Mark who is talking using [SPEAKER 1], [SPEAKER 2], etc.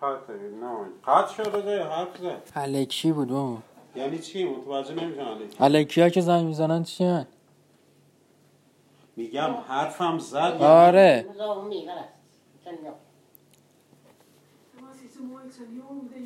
[SPEAKER 1] قطع نه قطع شد آقای حرف زد
[SPEAKER 2] الکی بود بابا
[SPEAKER 1] یعنی چی متوجه نمیشن علیکی
[SPEAKER 2] الکی ها که زنگ میزنن چی
[SPEAKER 1] میگم حرفم زد
[SPEAKER 2] آره
[SPEAKER 3] Muzo umi, gara. Can yo.
[SPEAKER 4] Además hizo muy, salió de